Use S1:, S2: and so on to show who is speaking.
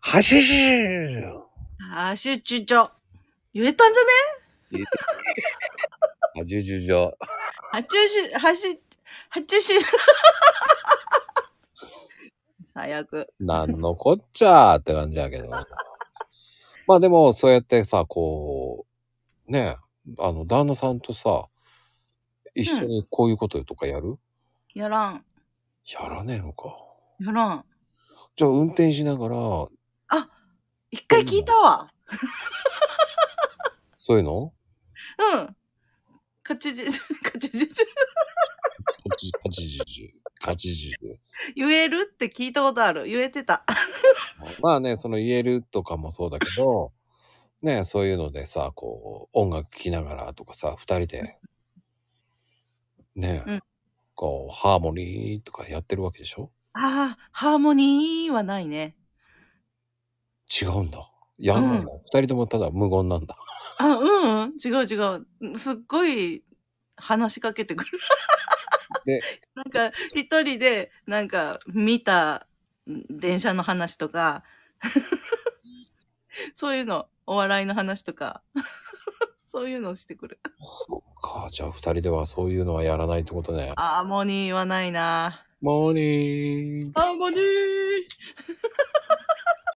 S1: はしし
S2: あー、集中長。言えたんじゃね
S1: はじゅじゅじょ。
S2: 発注し、発注、発注し。 最悪。
S1: なんのこっちゃーって感じやけど。まあでも、そうやってさ、こう、ねえ、あの、旦那さんとさ、一緒にこういうこととかやる、
S2: やらん。
S1: やらねえのか。
S2: やらん。
S1: じゃあ、運転しながら、
S2: 一回聞いたわ。
S1: そういうの
S2: うん。カチ ジ、カチ
S1: カ
S2: ジ、
S1: チカチジジュ、カチジジュ。
S2: 言えるって聞いたことある。言えてた。
S1: まあね、その言えるとかもそうだけど、ね、そういうのでさ、こう、音楽聴きながらとかさ、二人で、ね、
S2: うん
S1: こう、ハーモニーとかやってるわけでしょ
S2: ああ、ハーモニーはないね。
S1: 違うんだ。やんないんだ。二、人ともただ無言なんだ。
S2: あ、うん、うん。違う違う。すっごい話しかけてくる。
S1: で
S2: なんか、一人で、なんか、見たん電車の話とか、そういうの、お笑いの話とか、そういうのをしてくる。
S1: そっか、じゃあ二人ではそういうのはやらないってことね。
S2: ハーモニーはないな。
S1: モーニー。
S2: ハーモニー